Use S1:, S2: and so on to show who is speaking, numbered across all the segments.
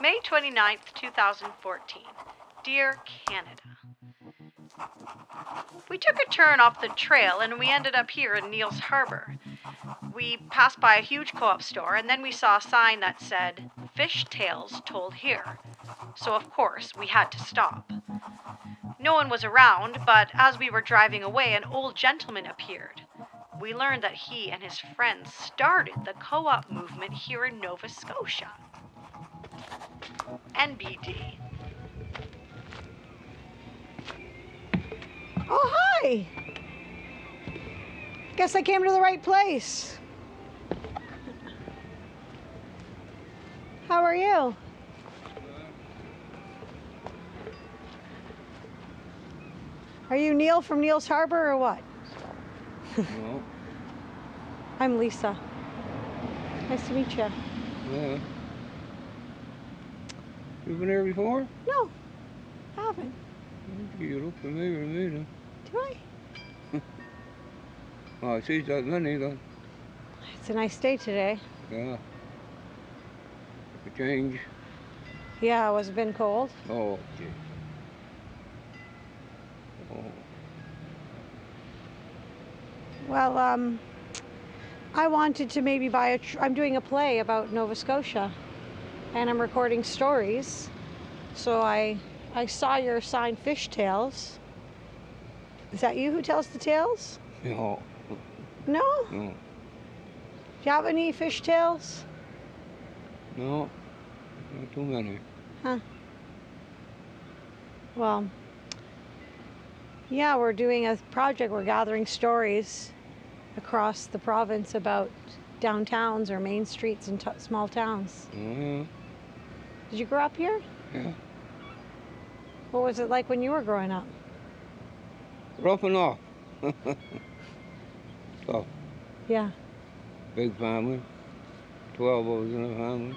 S1: May 29th, 2014. Dear Canada. We took a turn off the trail and we ended up here in Neal's Harbor. We passed by a huge co op store and then we saw a sign that said, Fish Tales Told Here. So, of course, we had to stop. No one was around, but as we were driving away, an old gentleman appeared. We learned that he and his friends started the co op movement here in Nova Scotia. NBD.
S2: Oh, hi. Guess I came to the right place. How are you? Are you Neil from Neil's Harbor or what?
S3: Well,
S2: I'm Lisa. Nice to meet you.
S3: yeah. You've been here before?
S2: No, I haven't.
S3: You look familiar to me. then.
S2: Do I?
S3: Oh, I see that many then.
S2: It's a nice day today.
S3: Yeah. A change.
S2: Yeah, it was a been cold.
S3: Oh, gee. Oh,
S2: Well, um, I wanted to maybe buy a. Tr- I'm doing a play about Nova Scotia, and I'm recording stories. So I, I saw your sign, Fish Tales. Is that you who tells the tales?
S3: no,
S2: No. Do
S3: Oh, no,
S2: you have any fish tales?
S3: no. Not too many.
S2: Well, yeah, we're doing a project. We're gathering stories across the province about downtowns or main streets and t- small towns.
S3: Oh, yeah.
S2: Did you grow up here?
S3: Yeah.
S2: What was it like when you were growing up?
S3: Rough and off. so,
S2: Yeah.
S3: big family. Twelve of us in the family.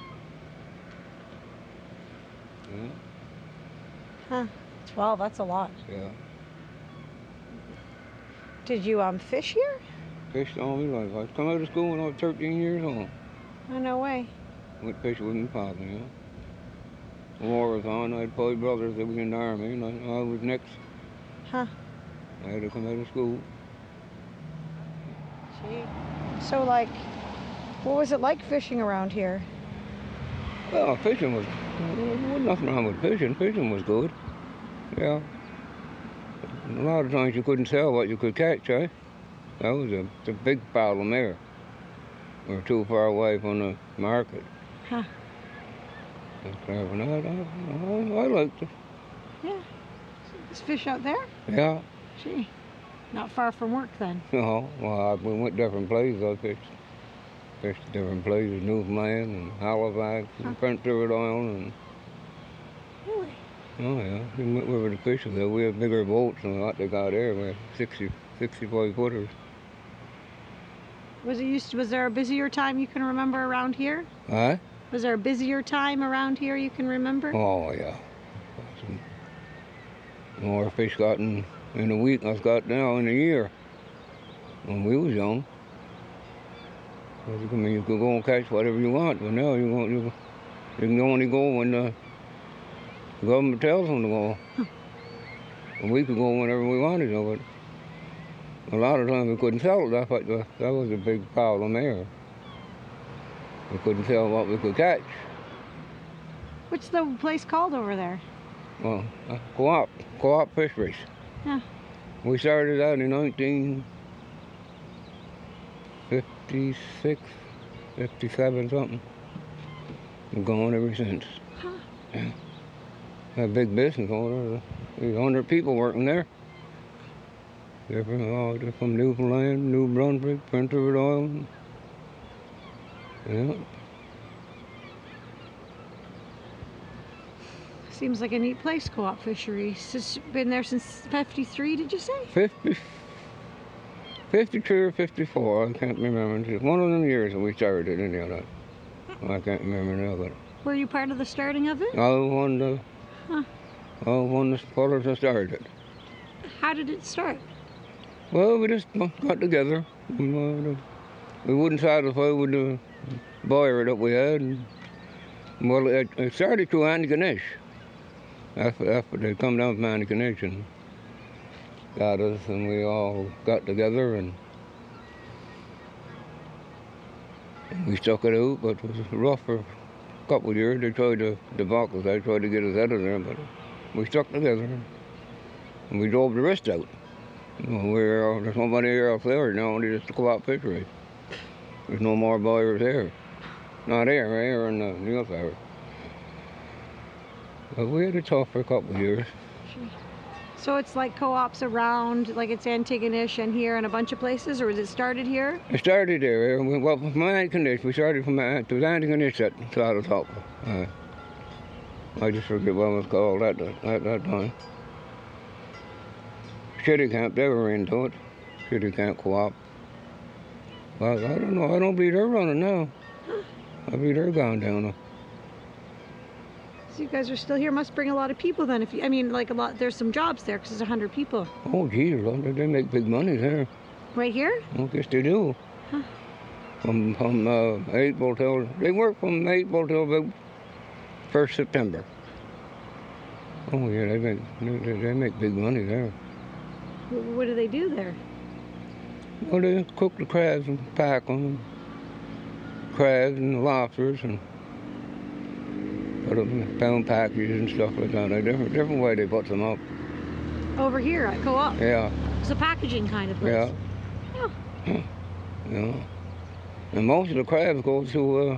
S3: Yeah.
S2: 12, that's a lot.
S3: Yeah.
S2: Did you um fish here?
S3: Fished all my life. I come out of school when I was 13 years old.
S2: Oh, no way.
S3: Went fishing with my father, you know. War was on. I had five brothers that was in the army, and I, I was next.
S2: Huh.
S3: I had to come out of school.
S2: Gee. So, like, what was it like fishing around here?
S3: Well, fishing was, there was nothing wrong with fishing. Fishing was good. Yeah. A lot of times you couldn't tell what you could catch, eh? That was a, the big problem there. We were too far away from the market.
S2: Huh.
S3: And crabbing out, I, I, I liked it.
S2: There's fish out there?
S3: Yeah.
S2: Gee. Not far from work then.
S3: No, Uh-huh. well, I, we went different places. I fished, fished different places, Newfoundland and Halifax and Prince Edward Island.
S2: Really?
S3: And, oh, yeah, we went over to fish there. We had bigger boats than what they got there. We had 60, 65 footers.
S2: Was it used to, was there a busier time you can remember around here?
S3: Huh?
S2: Was there a busier time around here you can remember?
S3: Oh, yeah. Some more fish got in, in a week than I've got now in a year. When we was young. I mean, you could go and catch whatever you want, but now you won't. You, you can only go when the government tells them to go. And we could go whenever we wanted to, but a lot of times we couldn't tell. That's what the, that was a big problem there. We couldn't tell what we could catch.
S2: What's the place called over there?
S3: Well, uh, co-op, co-op fisheries.
S2: Yeah.
S3: We started out in 1956, 57 something. Been going ever since.
S2: Huh.
S3: Yeah. A big business owner, uh, there's 100 people working there. They're from, all- they're from Newfoundland, New Brunswick, Prince Edward Island. Yeah,
S2: Seems like a neat place, co op fisheries. It's been there since 53, did you say?
S3: 50, 52 or 54, I can't remember. It's one of them years that we started in the other. I can't remember now, but
S2: Were you part of the starting of it?
S3: I was one of
S2: Huh.
S3: I was one of the fellas that started it.
S2: How did it start?
S3: Well, we just got together. and, uh, We wouldn't satisfy with the buyer that we had. and Well, it, it started through Andy Ganesh. That's, that's what they come down from Andy Ganesh and got us, and we all got together and we stuck it out, but it was rough for a couple of years. They tried to debacle us. They tried to get us out of there, but we stuck together and we drove the rest out. You know, we were, there's nobody else there now, they just took out fishery. There's no more buyers there. Not here, right here in the North Irish. But we had it tough for a couple of years.
S2: So it's like co-ops around, like it's Antigonish and here and a bunch of places, or was it started here?
S3: It started there. We, well, from my aunt condition, we started from uh, my aunt, it was aunt condition that started top. Uh, I just forget what it was called at that, at that time. Shitty camp, they were into it. Shitty camp co-op. But I don't know, I don't be there running now. I be there gone down there.
S2: So you guys are still here. Must bring a lot of people then. If you, I mean, like a lot, there's some jobs there because there's a hundred people
S3: Oh, geez, they make big money there.
S2: right here.
S3: I guess they do. From from uh, April till they work from April till the first September. Oh yeah, they make they, they make big money there.
S2: Wh- What do they do there?
S3: Well, they cook the crabs and pack them, crabs and lobsters and put them in pound packages and stuff like that. A different different way they put them up.
S2: Over here at co-op.
S3: Yeah,
S2: It's a packaging kind of place.
S3: yeah,
S2: Oh.
S3: yeah. And most of the crabs go to uh,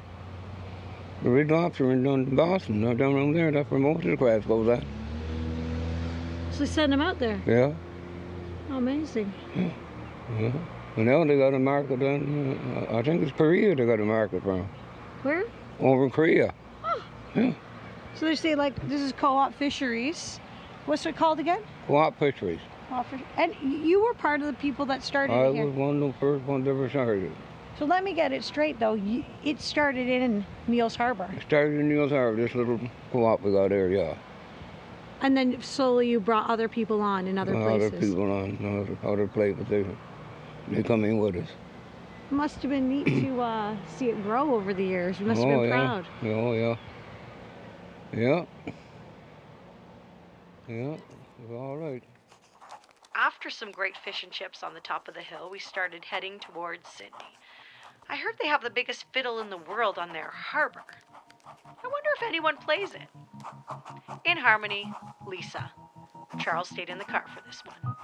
S3: the Red Lobster in Dun- Boston. They're down around there. That's where most of the crabs go. At.
S2: So they send them out there. Oh,
S3: Yeah,
S2: Amazing.
S3: yeah. And now they got a market down. Uh, I think it's Korea they got a market from.
S2: Where?
S3: Over in Korea.
S2: So they say like this is co-op fisheries. What's it called again?
S3: Co-op fisheries.
S2: Co-op fish- And you were part of the people that started
S3: I
S2: it here.
S3: was one of the first ones ever started.
S2: So let me get it straight though. You, it started in Neal's Harbor,
S3: It started in Neil's Harbor, this little co-op we got there, yeah.
S2: and then slowly you brought other people on in other places.
S3: other people on other, other places, they, they come in with us.
S2: Must have been neat to uh, see it grow over the years. You must have
S3: oh,
S2: been
S3: yeah.
S2: proud.
S3: Yeah, oh, yeah. Yeah. Yeah, it was all right.
S1: After some great fish and chips on the top of the hill, we started heading towards Sydney. I heard they have the biggest fiddle in the world on their harbor. I wonder if anyone plays it. In harmony, Lisa. Charles stayed in the car for this one.